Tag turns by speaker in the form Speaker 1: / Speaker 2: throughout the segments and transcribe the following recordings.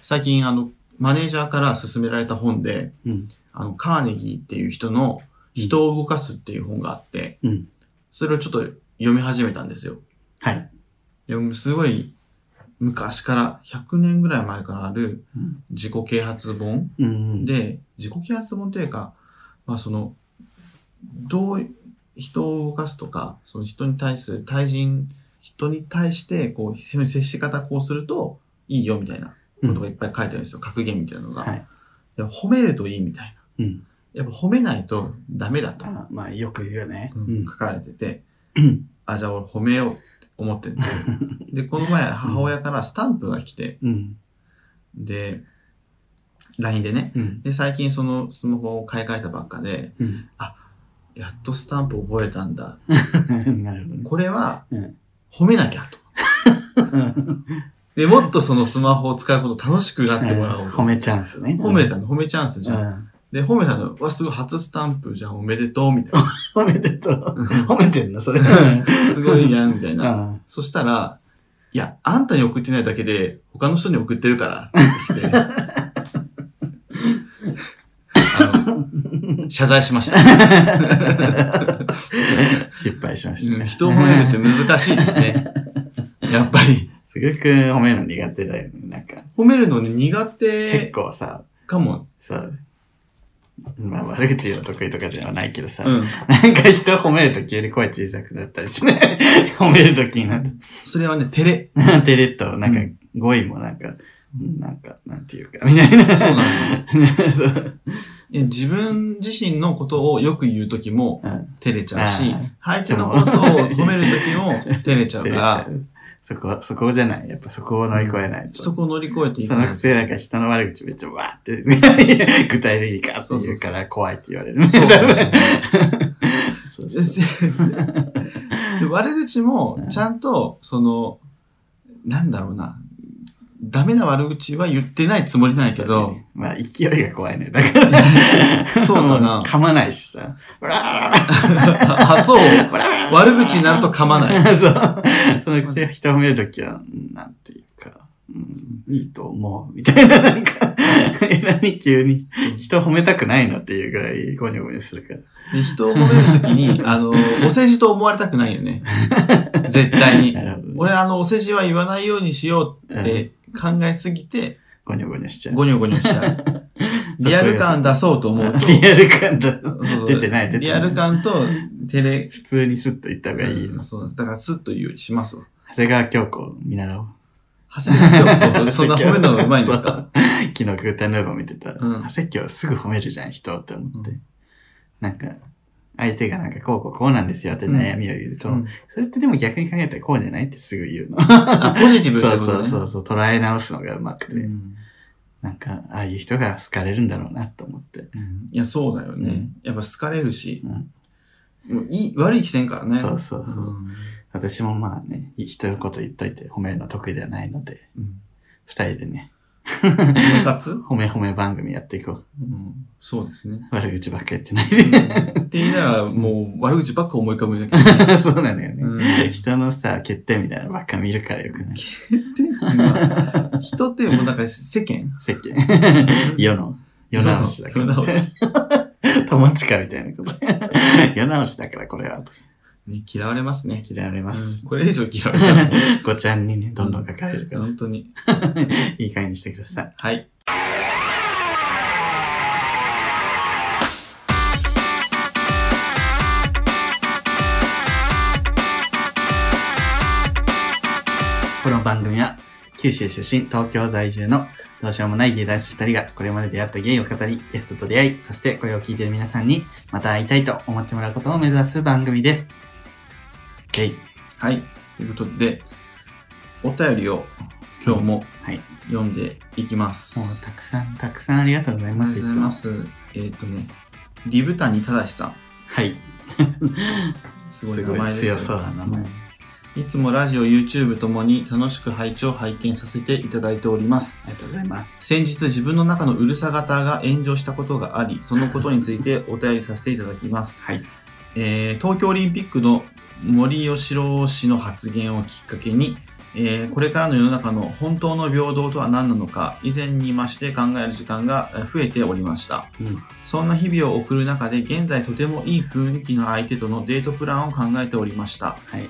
Speaker 1: 最近、あの、マネージャーから勧められた本で、
Speaker 2: うん。
Speaker 1: あの、カーネギーっていう人の人を動かすっていう本があって、
Speaker 2: うん。
Speaker 1: それをちょっと読み始めたんですよ。
Speaker 2: はい。
Speaker 1: でもすごい昔から100年ぐらい前からある
Speaker 2: うん
Speaker 1: 自己啓発本
Speaker 2: うん。、
Speaker 1: で、自己啓発本というか、まあその、どう、人を動かすとか、その人に対する対人、人に対して、こう、人に接し方こうするといいよみたいなことがいっぱい書いてあるんですよ。格言みたいなのが。
Speaker 2: はい。
Speaker 1: で褒めるといいみたいな。
Speaker 2: うん。
Speaker 1: やっぱ褒めないとダメだと
Speaker 2: あまあ、よく言うよね。う
Speaker 1: うん
Speaker 2: ん
Speaker 1: 書。かれてて、
Speaker 2: うん
Speaker 1: あ、じゃあ俺褒めようって思ってるんです よ。で、この前母親からスタンプが来て、
Speaker 2: うん。
Speaker 1: で、LINE でね。
Speaker 2: うん。
Speaker 1: で、最近そのスマホを買い替えたばっかで、
Speaker 2: うん。
Speaker 1: やっとスタンプ覚えたんだ。
Speaker 2: なるほどね。
Speaker 1: これは
Speaker 2: うん、
Speaker 1: 褒めなきゃと。で、もっとそのスマホを使うこと楽しくなってもらおうと。
Speaker 2: 褒めチャンスね。
Speaker 1: 褒めたの、褒めチャンスじゃん。
Speaker 2: ん。
Speaker 1: で、褒めたの、わ、すごい初スタンプじゃん、おめでとう、みたいな。
Speaker 2: 褒めてとう。褒めてんのそれ。
Speaker 1: すごいやん、みたいうな。
Speaker 2: ん。
Speaker 1: そしたら、いや、あんたに送ってないだけで、他の人に送ってるから、って言ってきてあの謝罪しました。
Speaker 2: 失敗しました
Speaker 1: うん
Speaker 2: ね。
Speaker 1: 人を褒めるって難しいですね。やっぱり。
Speaker 2: すごく褒めるの苦手だよね。なんか、
Speaker 1: 褒めるのね苦
Speaker 2: 結
Speaker 1: 手
Speaker 2: 構さ、
Speaker 1: かも。
Speaker 2: さ、まあ悪口の得意とかではないけどさ、
Speaker 1: うん。
Speaker 2: なんか人を褒めると急に声小さくなったりしね。 褒めるときになん
Speaker 1: それはね、照れ。
Speaker 2: か、照れと、なんか
Speaker 1: う
Speaker 2: 語彙もなんか、なんか、なんていうか、みたいな。
Speaker 1: そうなの。
Speaker 2: そう
Speaker 1: え自分自身のことをよく言うときも
Speaker 2: うん
Speaker 1: 照れちゃうし
Speaker 2: うん、
Speaker 1: 相手のことを褒めるときも照れちゃう
Speaker 2: 照
Speaker 1: か
Speaker 2: れちゃ
Speaker 1: ら、
Speaker 2: う。そこ、そこじゃない。やっぱそこを乗り越えないと。
Speaker 1: そこを乗り越えてい
Speaker 2: そ
Speaker 1: かな
Speaker 2: の
Speaker 1: い
Speaker 2: く
Speaker 1: と。
Speaker 2: せなんか人の悪口めっちゃわーって具体的にガーって言うから怖いって言われる。
Speaker 1: そう かもしれない
Speaker 2: そうそうそう
Speaker 1: で悪口もちゃんと、その、なんだろうな。ダメな悪口は言ってないつもりなんやけ
Speaker 2: そう
Speaker 1: ど、
Speaker 2: ねまあ勢いが怖いね。だから。
Speaker 1: そうかな
Speaker 2: も噛まないしさ。わら
Speaker 1: あ、そう。
Speaker 2: わら
Speaker 1: 悪口になると噛まない。
Speaker 2: そう。そのくせ人を褒めるときは、なんていうか、うん、いいと思う。みたいな、なんか、 え、何急に人を褒めたくないのっていうぐらいゴニョゴニョするから。
Speaker 1: で人を褒めるときに、あの、お世辞と思われたくないよね。絶対 に。
Speaker 2: なるほどね
Speaker 1: 俺、あの、お世辞は言わないようにしようって考えすぎて、
Speaker 2: ゴニョゴニョしちゃう。
Speaker 1: ゴニョゴニョしちゃう。 リアル感出そうと思うと。
Speaker 2: リアル感だ。
Speaker 1: そうそう
Speaker 2: 出てない出てない
Speaker 1: リアル感と、照れ。
Speaker 2: 普通にスッと言った方がいいの。
Speaker 1: そうだから、スッと言う、しますわ。
Speaker 2: 長谷川京子見習おう。
Speaker 1: 長谷川京子、そんな褒めるのがうまいんです
Speaker 2: そう
Speaker 1: か
Speaker 2: 昨日グータンヌーボー見てたら、
Speaker 1: うん
Speaker 2: 長谷川すぐ褒めるじゃん、人って思って。
Speaker 1: う
Speaker 2: なんか、相手がなんかこうこうこうなんですよって悩みを言うと、
Speaker 1: うん
Speaker 2: それってでも逆に考えたらこうじゃないってすぐ言うの。
Speaker 1: あポジティブって
Speaker 2: そう
Speaker 1: こと
Speaker 2: そう
Speaker 1: ね。
Speaker 2: そうそう、捉え直すのがうまくて、
Speaker 1: うん
Speaker 2: なんか、ああいう人が好かれるんだろうなと思って。
Speaker 1: いや、そうだよ
Speaker 2: う
Speaker 1: ね
Speaker 2: ん。
Speaker 1: やっぱ好かれるし
Speaker 2: う、ん
Speaker 1: もういい、悪い気せんからね。
Speaker 2: そうそう、
Speaker 1: うん
Speaker 2: 私もまあね、人のこと言っといて褒めるの得意ではないので、
Speaker 1: うん
Speaker 2: 二人でね、
Speaker 1: 分割
Speaker 2: 褒め褒め番組やっていこう。
Speaker 1: うんそうです ね。
Speaker 2: 悪口ばっか言ってないで。
Speaker 1: って言いながら、もう悪口ばっか思い浮かぶ んだけど、ね、
Speaker 2: そうなのよね、
Speaker 1: うん
Speaker 2: 人のさ、欠点みたいなのばっか見るからよくない。
Speaker 1: 人ってもうなんか世間
Speaker 2: 世間。 世の。世直しだか
Speaker 1: 世
Speaker 2: ら。
Speaker 1: 直し、
Speaker 2: 友近みたいなこと。世直しだからこれは。
Speaker 1: ね。嫌われますね。
Speaker 2: 嫌われます
Speaker 1: うん。これ以上嫌われたら、
Speaker 2: ごちゃんにね、どんどん書かれるから、
Speaker 1: 本当に。
Speaker 2: いい加減にしてください。
Speaker 1: はい。
Speaker 2: この番組は、九州出身、東京在住のどうしようもないゲイ男子2人がこれまで出会ったゲイを語り、ゲストと出会い、そしてこれを聞いている皆さんにまた会いたいと思ってもらうことを目指す番組です。ゲイ。
Speaker 1: はい。ということで、お便りを今日も
Speaker 2: はい。
Speaker 1: 読んでいきます。
Speaker 2: もうたくさんたくさんありがとうござい
Speaker 1: あ
Speaker 2: ま
Speaker 1: りがと
Speaker 2: す。いうつ
Speaker 1: ございま
Speaker 2: も。
Speaker 1: す。えっ、とね、リブタニタダシさん。
Speaker 2: はい。
Speaker 1: すごい名前ですよ
Speaker 2: 強そうな名前。
Speaker 1: いつもラジオ、YouTube ともに楽しく拝聴拝見させていただいております。
Speaker 2: ありがとうございます。
Speaker 1: 先日自分の中のうるさ型が炎上したことがありそのことについてお便りさせていただきます、
Speaker 2: はい。
Speaker 1: えー東京オリンピックの森喜朗氏の発言をきっかけにえーこれからの世の中の本当の平等とは何なのか以前に増して考える時間がえー増えておりました
Speaker 2: うん
Speaker 1: そんな日々を送る中で現在とてもいい雰囲気の相手とのデートプランを考えておりました、
Speaker 2: はい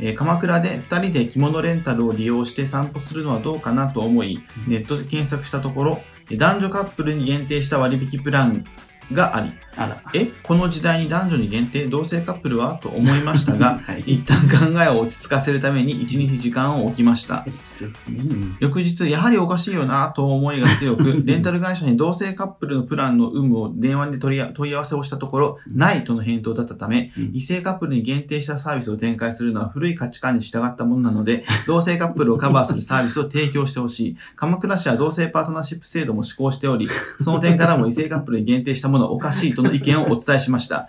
Speaker 1: えー鎌倉で2人で着物レンタルを利用して散歩するのはどうかなと思い
Speaker 2: うん
Speaker 1: ネットで検索したところえー男女カップルに限定した割引プランがあり
Speaker 2: あら
Speaker 1: えこの時代に男女に限定同性カップルはと思いました が
Speaker 2: はい
Speaker 1: 一旦考えを落ち着かせるために1日時間を置きました
Speaker 2: うん
Speaker 1: 翌日やはりおかしいよなと思いが強くレンタル会社に同性カップルのプランの有無を電話で取りあ問い合わせをしたところないとの返答だったため
Speaker 2: うん
Speaker 1: 異性カップルに限定したサービスを展開するのは古い価値観に従ったものなので同性カップルをカバーするサービスを提供してほしい鎌倉市は同性パートナーシップ制度も施行しておりその点からも異性カップルに限定したものはおかしいとの意見をお伝えしました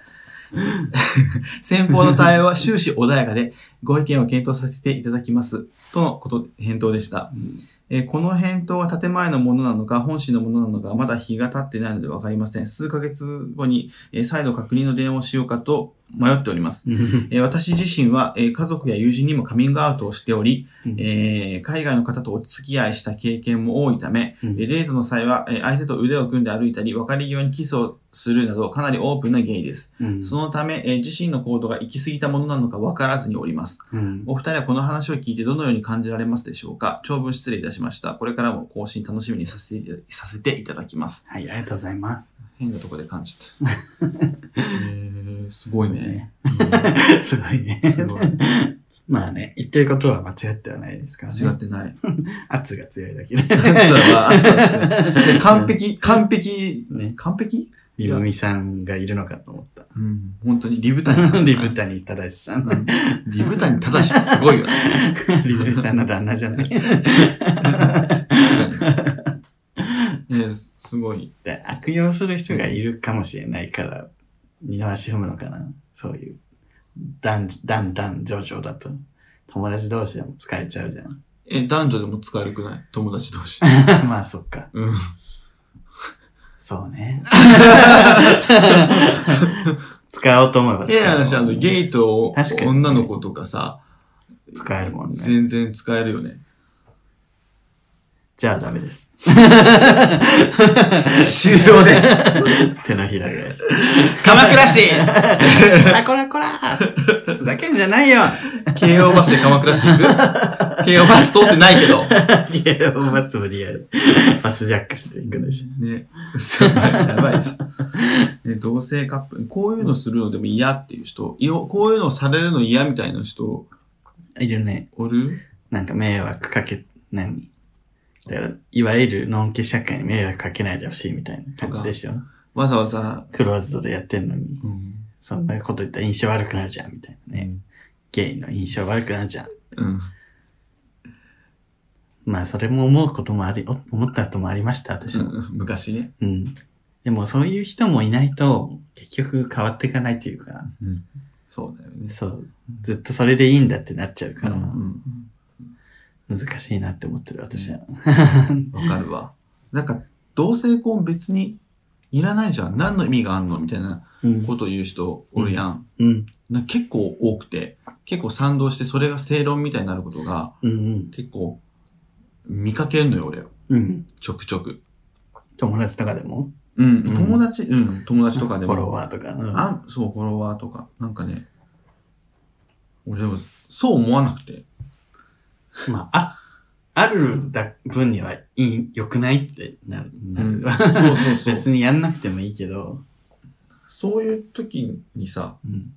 Speaker 1: 先方の対応は終始穏やかでご意見を検討させていただきますとのこと返答でしたえーこの返答は建前のものなのか、本心のものなのか、まだ日が経ってないのでわかりません。数ヶ月後に、えー再度確認の電話をしようかと迷っております。
Speaker 2: うん
Speaker 1: えー私自身は、えー家族や友人にもカミングアウトをしており、
Speaker 2: うん
Speaker 1: えー海外の方とお付き合いした経験も多いため、えーデートの際は、えー相手と腕を組んで歩いたり、別れ際にキスをするなど、かなりオープンなゲイです。
Speaker 2: うん
Speaker 1: そのため、えー自身の行動が行き過ぎたものなのか分からずにおります。
Speaker 2: うん
Speaker 1: お二人はこの話を聞いてどのように感じられますでしょうか長文失礼いたしました。これからも更新楽しみにさせてさせていただきます。
Speaker 2: はいありがとうございます
Speaker 1: 変なとこで感じた。 えー、すごいね。
Speaker 2: すごいね
Speaker 1: すごい
Speaker 2: まあね言ってることは間違ってはないですから ね
Speaker 1: 間違って ない。
Speaker 2: 圧が強いだけ で
Speaker 1: そうだそうだそうだ完璧、完璧、
Speaker 2: ね
Speaker 1: 完璧
Speaker 2: リブミさんがいるのかと思った
Speaker 1: うん、本当に リブタニさん。
Speaker 2: リブタニタダシさん
Speaker 1: うんリブタニ正しいすごいよね。
Speaker 2: リブミさんの旦那じゃない
Speaker 1: 確か に。えー、すすごい。
Speaker 2: で悪用する人がいるかもしれないから、二の足踏むのかなそういう。だん、だんだん上々だと。友達同士でも使えちゃうじゃん。
Speaker 1: え、男女でも使えるくない友達同 士。
Speaker 2: まあそっか。
Speaker 1: うん。
Speaker 2: そう ね。使おうと思えば
Speaker 1: 変な話、
Speaker 2: 使
Speaker 1: あ
Speaker 2: えるも
Speaker 1: の、
Speaker 2: んね
Speaker 1: ゲイと
Speaker 2: 確かに
Speaker 1: 女の子とかさ、
Speaker 2: 使えるもんね。
Speaker 1: 全然使えるよ ね。
Speaker 2: じゃあダメ です。
Speaker 1: 終了です。
Speaker 2: 手のひらが。
Speaker 1: 鎌倉市
Speaker 2: こらこらこらふざけんじゃ ないよ
Speaker 1: 京王バスで鎌倉市行く 京王バス通ってないけど。
Speaker 2: いや、バスもリアル。バスジャックしていくでしょ。
Speaker 1: ね。やばいでしょ。ね、同性カップル、こういうのするのでも嫌っていう人、いよこういうのされるの嫌みたいな人
Speaker 2: いるね。
Speaker 1: おる
Speaker 2: なんか迷惑かけ、何だから、いわゆるノンケ社会に迷惑かけないでほしいみたいな感じでしょ。
Speaker 1: わざわざ、
Speaker 2: クローズドでやってんのに、
Speaker 1: うん。
Speaker 2: そんなこと言ったら印象悪くなるじゃん、みたいなね。ゲイの印象悪くなるじゃん。
Speaker 1: うん。
Speaker 2: まあ、それも思うこともあり、お思ったこともありました、私も。
Speaker 1: 昔ね。
Speaker 2: うん。でも、そういう人もいないと、結局変わっていかないというか、
Speaker 1: そうだよね。
Speaker 2: そう、ずっとそれでいいんだってなっちゃう
Speaker 1: う
Speaker 2: から、
Speaker 1: ん。
Speaker 2: 難しいなって思ってる、私は。
Speaker 1: わかるわ。なんか、同性婚別にいらないじゃん。何の意味があんのみたいな
Speaker 2: うん。
Speaker 1: ことを言う人おるやん。
Speaker 2: うん。
Speaker 1: なんか結構多くて、結構賛同してそれが正論みたいになることが
Speaker 2: うん。
Speaker 1: 結構見かけんのよ、俺。
Speaker 2: うん。
Speaker 1: ちょくちょく。
Speaker 2: 友達とかでも
Speaker 1: うん、
Speaker 2: うん
Speaker 1: 友達、うん、友達とかで
Speaker 2: フォロ
Speaker 1: も。
Speaker 2: ワーとか。うん
Speaker 1: あ、そう、フォロワーとか。なんかね、俺でも、そう思わなくて。
Speaker 2: まあ、あ、あるだ分にはいい、良くないってなる。なる
Speaker 1: そうそうそう。
Speaker 2: 別にやんなくてもいいけど、
Speaker 1: そういう時にさ、
Speaker 2: うん。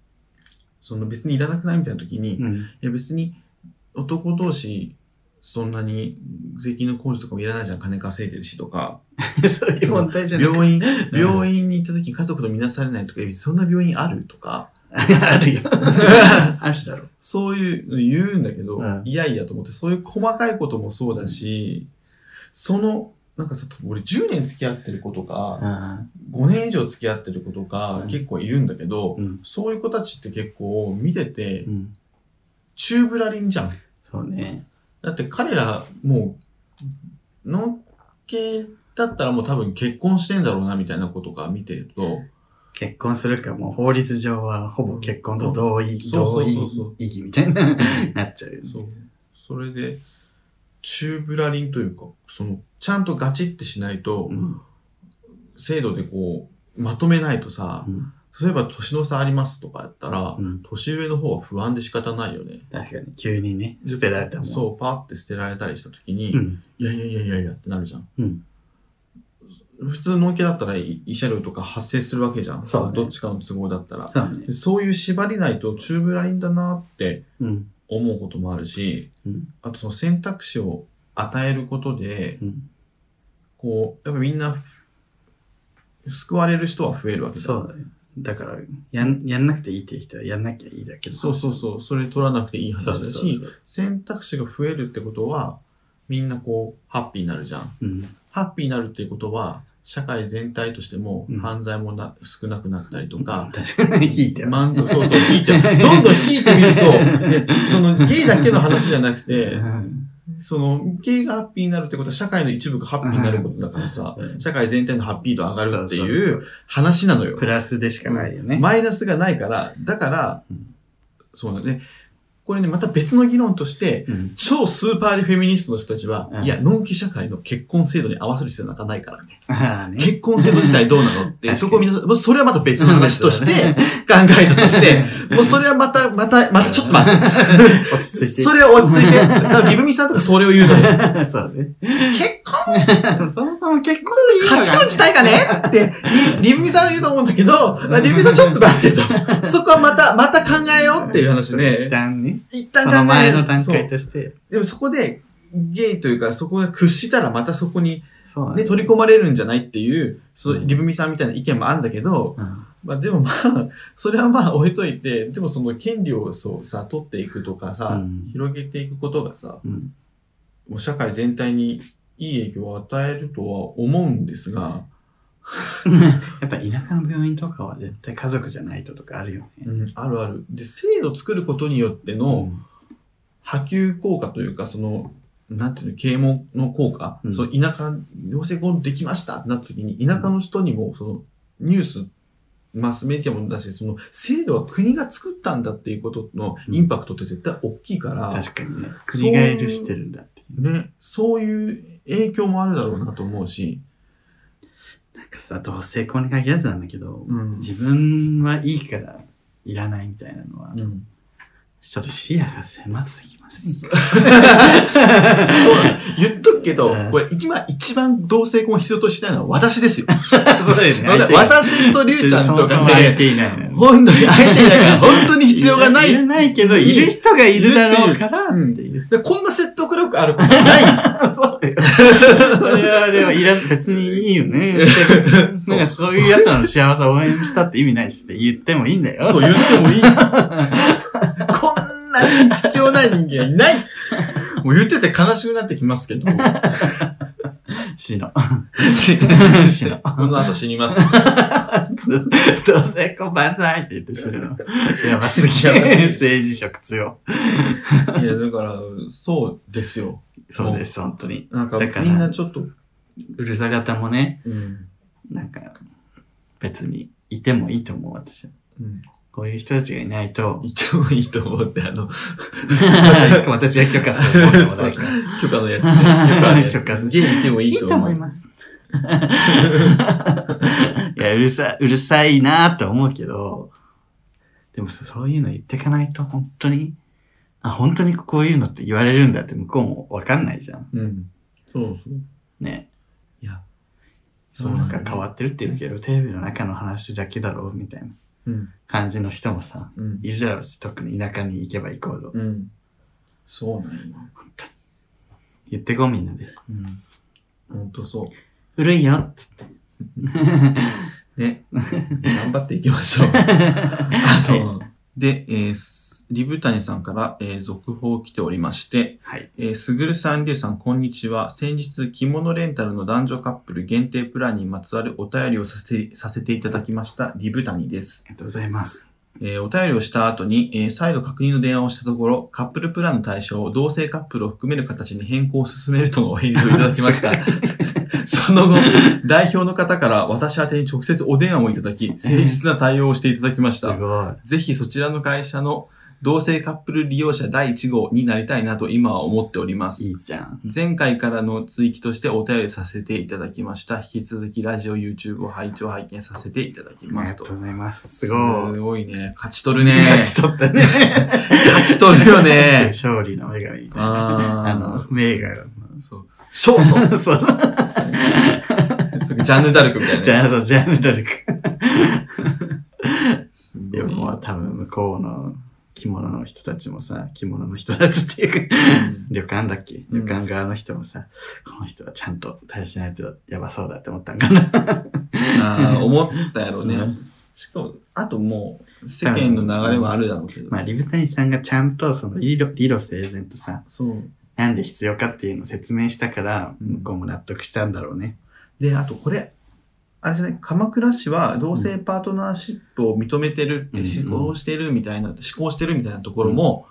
Speaker 1: その別にいらなくないみたいな時に、
Speaker 2: うん。
Speaker 1: いや別に男同士そんなに税金の控除とかもいらないじゃん金稼いでるしとか
Speaker 2: そういう問題じゃない。
Speaker 1: 病院
Speaker 2: うん
Speaker 1: 病院に行った時家族と見なされないとかいやそんな病院あるとか
Speaker 2: あるよ。 あるだろ。
Speaker 1: そういうの言うんだけど、
Speaker 2: うん
Speaker 1: いやいやと思ってそういう細かいこともそうだし、そのなんかさ俺10年付き合ってる子とか、
Speaker 2: う
Speaker 1: 5年以上付き合ってる子とか
Speaker 2: うん
Speaker 1: 結構いるんだけど、
Speaker 2: ん。
Speaker 1: そういう子たちって結構見てて
Speaker 2: うん。
Speaker 1: 宙ぶらりんじゃん。
Speaker 2: そうね。
Speaker 1: だって彼らもう、のんけだったらもう多分結婚してんだろうなみたいなことが見てると、
Speaker 2: 結婚するかも、法律上はほぼ結婚と同意、
Speaker 1: そうそ
Speaker 2: 同
Speaker 1: う
Speaker 2: 意
Speaker 1: そうそう
Speaker 2: 意義みたいな、なっちゃうよね。
Speaker 1: そう、それで、チューブラリンというか、その、ちゃんとガチってしないと、
Speaker 2: うん
Speaker 1: 制度でこう、まとめないとさ、
Speaker 2: うん
Speaker 1: そういえば年の差ありますとかやったら、
Speaker 2: うん
Speaker 1: 年上の方は不安で仕方ないよね。
Speaker 2: 確かに急にね捨てられたもん
Speaker 1: そう、パーって捨てられたりした時に、
Speaker 2: うん
Speaker 1: いやいやいやいやいやってなるじゃん。
Speaker 2: うん
Speaker 1: 普通のんけだったらい慰謝料とか発生するわけじゃん。
Speaker 2: そうね
Speaker 1: どっちかの都合だったら。
Speaker 2: そうね
Speaker 1: でそういう縛りないとチューブラインだなって
Speaker 2: うん
Speaker 1: 思うこともあるし、
Speaker 2: うん
Speaker 1: あとその選択肢を与えることで、
Speaker 2: うん
Speaker 1: こう、やっぱみんな、救われる人は増えるわけだ。
Speaker 2: そうだねだからやんやんなくていいっていう人はやんなきゃいいだけの話
Speaker 1: そうそうそう。それ取らなくていい話だし、
Speaker 2: そうそうそう
Speaker 1: 選択肢が増えるってことは、みんなこう、ハッピーになるじゃん。
Speaker 2: うん
Speaker 1: ハッピーになるっていうことは、社会全体としても
Speaker 2: うん
Speaker 1: 犯罪もな、少なくなったりとか、
Speaker 2: 確かに引いては
Speaker 1: 満足、そうそう、引いて、どんどん引いてみる と、でそのゲイだけの話じゃなくて、そのゲイがハッピーになるってことは社会の一部がハッピーになることだからさ
Speaker 2: う、ん
Speaker 1: 社会全体のハッピー度上がるって
Speaker 2: そそ
Speaker 1: い
Speaker 2: そう
Speaker 1: 話なのよ
Speaker 2: プ。ラスでしかないよね。
Speaker 1: マイナスがないから、だから
Speaker 2: うん、
Speaker 1: そうなんで、これね、また別の議論として、
Speaker 2: うん
Speaker 1: 超スーパーリフェミニストの人たちは、
Speaker 2: うん
Speaker 1: いや、ノンキ社会の結婚制度に合わせる必要なんかないからね。
Speaker 2: ああね
Speaker 1: 結婚制度自体どうなのっ
Speaker 2: 確か
Speaker 1: て、
Speaker 2: に
Speaker 1: そこを皆さん、もうそれはまた別の話として、考えたとして、もうそれはまた、また、またちょっと待って。
Speaker 2: 落ち着いて。
Speaker 1: それは落ち着いて。だからビブミさんとかそれを言う のよ。
Speaker 2: そうね。
Speaker 1: 結婚
Speaker 2: そもそも結婚でいい
Speaker 1: 価値観自体がねって、リブミさんは言うと思うんだけど、リブミさんちょっと待ってと。そこはまた、また考えようっていう話
Speaker 2: 一
Speaker 1: で、
Speaker 2: 旦ね。
Speaker 1: 一
Speaker 2: そ
Speaker 1: 旦考えよう
Speaker 2: の前の段
Speaker 1: そう
Speaker 2: 階として。
Speaker 1: でもそこで、ゲイというか、そこが屈したらまたそこに
Speaker 2: そうだ
Speaker 1: ね、
Speaker 2: ね。
Speaker 1: 取り込まれるんじゃないっていう、そう
Speaker 2: うん
Speaker 1: リブミさんみたいな意見もあるんだけど、
Speaker 2: うん
Speaker 1: まあでもまあ、それはまあ置いといて、でもその権利をそうさ、取っていくとか
Speaker 2: う
Speaker 1: さ、
Speaker 2: ん
Speaker 1: 広げていくことがさ、
Speaker 2: うん
Speaker 1: もう社会全体にいい影響を与えるとは思うんですが、
Speaker 2: やっぱ田舎の病院とかは絶対家族じゃないととかあるよね。
Speaker 1: あるある。で、制度を作ることによっての波及効果というか、その、なんていうの、啓蒙の効果、
Speaker 2: うん
Speaker 1: その田舎、養成婚できましたってなった時に、田舎の人にも、その、ニュース、マスメディアもだし、その、制度は国が作ったんだっていうことのインパクトって絶対大きいから、
Speaker 2: 確かにね。国が許してるんだって。
Speaker 1: ね、そういう影響もあるだろうなと思うし、
Speaker 2: なんかさ、同性婚に限らずなんだけど、
Speaker 1: うん
Speaker 2: 自分はいいからいらないみたいなのは、 ちょっと視野が狭すぎま せんか
Speaker 1: そうなの言っとくけど
Speaker 2: うん、
Speaker 1: これ今一番同性婚を必要としないのは私ですよ。
Speaker 2: そうだよね相手が
Speaker 1: 私とりゅうちゃんとか
Speaker 2: 入っ
Speaker 1: ね、
Speaker 2: ていないのよね
Speaker 1: 本当に相手だから本当に必要がない
Speaker 2: い。らないけど、いる人がいるだろうから、っていう。
Speaker 1: でこんな説得力あることない。
Speaker 2: そうだよ。我々はいら、別にいいよね。 なんか そういう奴らの幸せを応援したって意味ないしって言ってもいいんだよ。
Speaker 1: そう言ってもいい。 こんなに必要ない人間いない。もう言ってて悲しくなってきますけど。
Speaker 2: 死の。
Speaker 1: 死
Speaker 2: 死の。
Speaker 1: この後死にます。
Speaker 2: どうせこばんさいって言って死ぬの。 やばすぎ
Speaker 1: やばすぎ
Speaker 2: る。政治色強。
Speaker 1: いや、だから、そうですよ。
Speaker 2: そうです、本当に。
Speaker 1: なんか
Speaker 2: だか、ら
Speaker 1: みんなちょっと、
Speaker 2: うるさ方もね、
Speaker 1: うん。
Speaker 2: なんか、別にいてもいいと思う、私は。
Speaker 1: うん
Speaker 2: こういう人たちがいないと、
Speaker 1: いてもいいと思って、あの、
Speaker 2: 私は許可する 方でもないから。
Speaker 1: 許可のやつね。
Speaker 2: 許可する
Speaker 1: ゲイいてもいいと思う。
Speaker 2: ます。 いや、うるさ、うるさいなと思うけど、でもさ、そういうの言ってかないと本当に、あ、本当にこういうのって言われるんだって向こうもわかんないじゃん。
Speaker 1: うん。そうそう。
Speaker 2: ね。
Speaker 1: いや。
Speaker 2: そうなんか変
Speaker 1: っ
Speaker 2: わってるって言うけど、テレビの中の話だけだろうみたいな
Speaker 1: うん。
Speaker 2: 感じの人もさ、
Speaker 1: うん。
Speaker 2: いるだろうし、特に田舎に行けば行こうと。
Speaker 1: うん。そうなんよ。
Speaker 2: 言ってこうみんなで。
Speaker 1: うん。ほんとそ
Speaker 2: 古いよっつって。
Speaker 1: う。 ね。頑張っていきま しょう。あの、で、えーすリブタニさんから、えー続報来ておりまして、
Speaker 2: はい。
Speaker 1: えーすぐるさん、りゅうさん、こんにちは。先日、着物レンタルの男女カップル限定プランにまつわるお便りをさせさせていただきました、リブタニです。
Speaker 2: ありがとうございます。
Speaker 1: えーお便りをした後に、えー再度確認の電話をしたところ、カップルプランの対象を同性カップルを含める形に変更を進めるとのお 返事をいただきました。その後、代表の方から私宛てに直接お電話をいただき、誠実な対応をしていただきまし
Speaker 2: す
Speaker 1: た。
Speaker 2: ごい。
Speaker 1: ぜひそちらの会社の同性カップル利用者第1号になりたいなと今は思っております。
Speaker 2: いいじゃん。
Speaker 1: 前回からの追記としてお便りさせていただきました。引き続きラジオ、YouTube を拝聴拝見させていただき
Speaker 2: あ
Speaker 1: ま
Speaker 2: り
Speaker 1: す
Speaker 2: が
Speaker 1: と。
Speaker 2: とうございます。す
Speaker 1: す
Speaker 2: ごい。
Speaker 1: ごいね。勝ち取るね。
Speaker 2: 勝ち取ったね。
Speaker 1: 勝ち取るよね
Speaker 2: 勝利の女神みたい
Speaker 1: あー
Speaker 2: な。あの、名画
Speaker 1: そう。勝訴
Speaker 2: の。そうそう。
Speaker 1: それジャンヌ・ダルクみたい な。
Speaker 2: ジャンル、ジャンルダルク。
Speaker 1: すごい
Speaker 2: でもまあ多分向こうの着物の人たちもさ、着物の人たちっていうか、旅館だっけ
Speaker 1: うん
Speaker 2: 旅館側の人もさ、この人はちゃんと対応しないとやばそうだって思ったんかな。
Speaker 1: ああ、思ったやろうね。
Speaker 2: うん
Speaker 1: しかも、あともう、世間の流れはあるだろうけど。
Speaker 2: まあ、リブタニさんがちゃんとその理路理路整然とさ、
Speaker 1: そう。
Speaker 2: なんで必要かっていうのを説明したから、
Speaker 1: うん
Speaker 2: 向こうも納得したんだろうね。
Speaker 1: で、あとこれ、あれじゃない、鎌倉市は同性パートナーシップを認めてるって、
Speaker 2: うん
Speaker 1: 施行してるみたいな、施行してるみたいなところも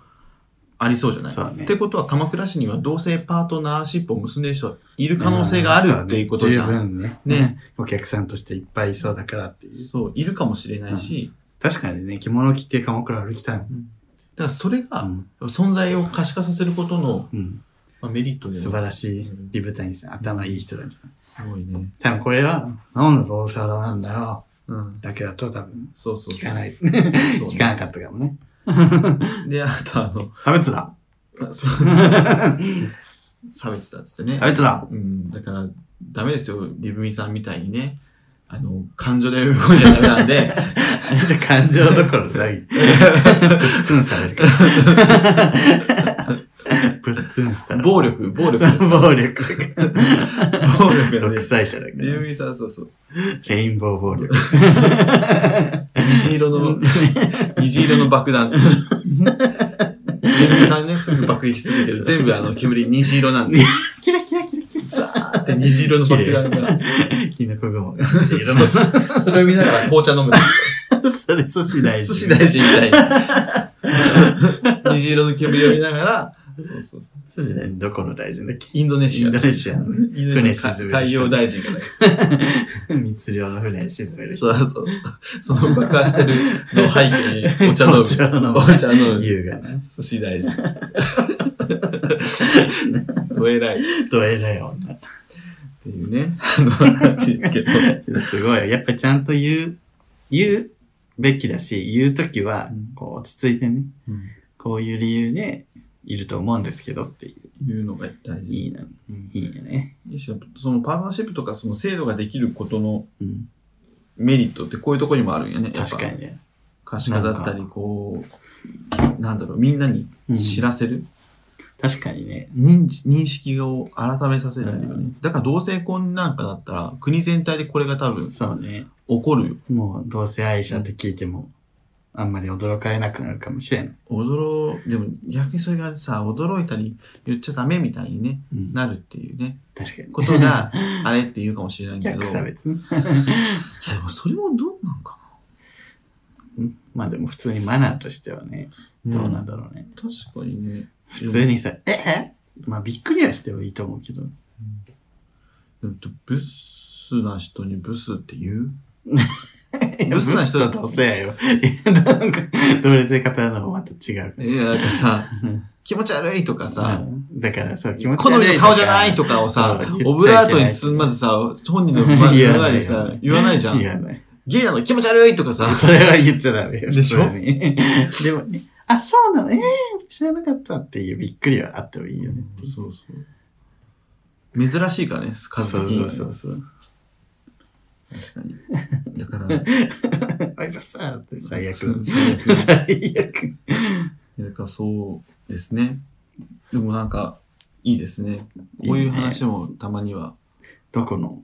Speaker 1: ありそうじゃない、
Speaker 2: そうね
Speaker 1: ってことは、鎌倉市には同性パートナーシップを結んでる人いる可能性があ
Speaker 2: ん
Speaker 1: るっていうことじゃ
Speaker 2: そうね
Speaker 1: ん。
Speaker 2: 十分ね。
Speaker 1: ね
Speaker 2: ね。お客さんとしていっぱいいそうだからっていう。
Speaker 1: そう、いるかもしれないし、
Speaker 2: 確かにね、着物着て鎌倉歩きたいもん。
Speaker 1: だからそれが
Speaker 2: ん。
Speaker 1: 存在を可視化させることの、
Speaker 2: うん。
Speaker 1: まあ、メリットで
Speaker 2: 素
Speaker 1: は
Speaker 2: 晴らしい。リブタニさん、頭いい人なんじゃない
Speaker 1: すごいね。
Speaker 2: 多分これは、脳のローサードなんだよ。
Speaker 1: うん。
Speaker 2: だけだと多分、
Speaker 1: そうそう
Speaker 2: 聞
Speaker 1: そ
Speaker 2: か
Speaker 1: う。
Speaker 2: ない。
Speaker 1: そう
Speaker 2: 聞かなかったかもね。
Speaker 1: で、あとあの、
Speaker 2: 差別だ
Speaker 1: そ う
Speaker 2: 差
Speaker 1: 差別だっつってね。
Speaker 2: 別だ
Speaker 1: うん、だから、ダメですよ、リブミさんみたいにね、あの、感情で動いちゃダメなんで、
Speaker 2: あの人感情どころじゃない。プッツンされるから。プッツンしたら。
Speaker 1: 暴力、暴力 です。
Speaker 2: 暴力。
Speaker 1: 暴力なん
Speaker 2: 独
Speaker 1: で。
Speaker 2: 裁者だけ
Speaker 1: リブ
Speaker 2: ど。
Speaker 1: ミさん、そうそう。
Speaker 2: レインボー 暴力。
Speaker 1: 虹色の、虹色の爆 弾。リブミさんね、すぐ爆撃するけど、全部あの、煙虹色なんで、
Speaker 2: キラキラキラキラ。
Speaker 1: ザーって虹色の爆弾が。
Speaker 2: キノコ雲。
Speaker 1: そうそうそれを見ながら紅茶飲 む。
Speaker 2: それ、寿司大事。
Speaker 1: 寿司大。事みたいな。虹色の煙を見ながら、そうそう。
Speaker 2: 寿司大事。どこの大事だっけ
Speaker 1: インドネシア。
Speaker 2: インドネシアのね
Speaker 1: インドネシアの
Speaker 2: 船沈める人
Speaker 1: 海洋大臣がね。
Speaker 2: 密漁の船に沈める人
Speaker 1: そうそう。その爆破してるのを背景にお茶飲む。
Speaker 2: お茶飲む
Speaker 1: お茶飲む。
Speaker 2: 優雅な。
Speaker 1: 寿司大 臣。どえらいっ
Speaker 2: どえらい女。
Speaker 1: ていうね、あの話ですけど。
Speaker 2: すごい。やっぱちゃんと言う、言うべきだし、言うときは
Speaker 1: うん、
Speaker 2: こう、落ち着いてね、こういう理由でいると思うんですけどっていう。
Speaker 1: いうのが大事。
Speaker 2: いいな、いいよね。
Speaker 1: 一種のそのパートナーシップとかその制度ができることの
Speaker 2: うん。
Speaker 1: メリットってこういうところにもあるんやね。やっぱ
Speaker 2: 確かにね。
Speaker 1: 可視化だったり、こう、なんだろう、みんなに知らせる。
Speaker 2: 確かにね。
Speaker 1: 認知認識を改めさせられるよね、
Speaker 2: うん
Speaker 1: だから同性婚なんかだったら国全体でこれが多分起
Speaker 2: そうね。
Speaker 1: こるよ
Speaker 2: もう、同性愛者って聞いても、あんまり驚かれなくなるかもしれない。
Speaker 1: 驚でも逆にそれがさ驚いたり言っちゃダメみたいに、ね、
Speaker 2: うん、
Speaker 1: なるっていうね
Speaker 2: 確かに。
Speaker 1: こと があれって言うかもしれないけど
Speaker 2: 逆差別ね。
Speaker 1: いやでもそれもどうなんか
Speaker 2: うんまあでも普通にマナーとしてはね、
Speaker 1: な
Speaker 2: どうなん
Speaker 1: だ
Speaker 2: だろうね。
Speaker 1: 確かにね
Speaker 2: 普通にさ、ええまあびっくりはしてもいいと思うけど、
Speaker 1: でもブスな人にブスって言う
Speaker 2: ブスな人だとせやよ。 なんか、同列で語るのもまた違う。
Speaker 1: いやなんか さ気持ち悪いとかさ、
Speaker 2: うんだからそう、気持ち悪い
Speaker 1: 好みの顔じゃないとかをさ、オブラートに包まずさ、本人の前
Speaker 2: 言
Speaker 1: の
Speaker 2: わ
Speaker 1: 前
Speaker 2: な い
Speaker 1: でさ、言わないじゃ
Speaker 2: 言
Speaker 1: ん。
Speaker 2: わない。
Speaker 1: ゲイなの気持ち悪いとかさ、
Speaker 2: それは言っちゃダメよ。
Speaker 1: でしょ
Speaker 2: 普通に でもね、あ、そうなのえー知らなかったっていうびっくりはあってもいいよねっていう。
Speaker 1: そうそう。珍しいからね、数
Speaker 2: そう
Speaker 1: 的に
Speaker 2: そ
Speaker 1: は
Speaker 2: う
Speaker 1: ね。
Speaker 2: そうそう。
Speaker 1: 確かに。だから、だ
Speaker 2: あ、今さ、って 最悪
Speaker 1: そう最。悪
Speaker 2: 最悪。
Speaker 1: からそうですね。でもなんか、いいですね。
Speaker 2: いいね
Speaker 1: こういう話もたまには。
Speaker 2: どこの、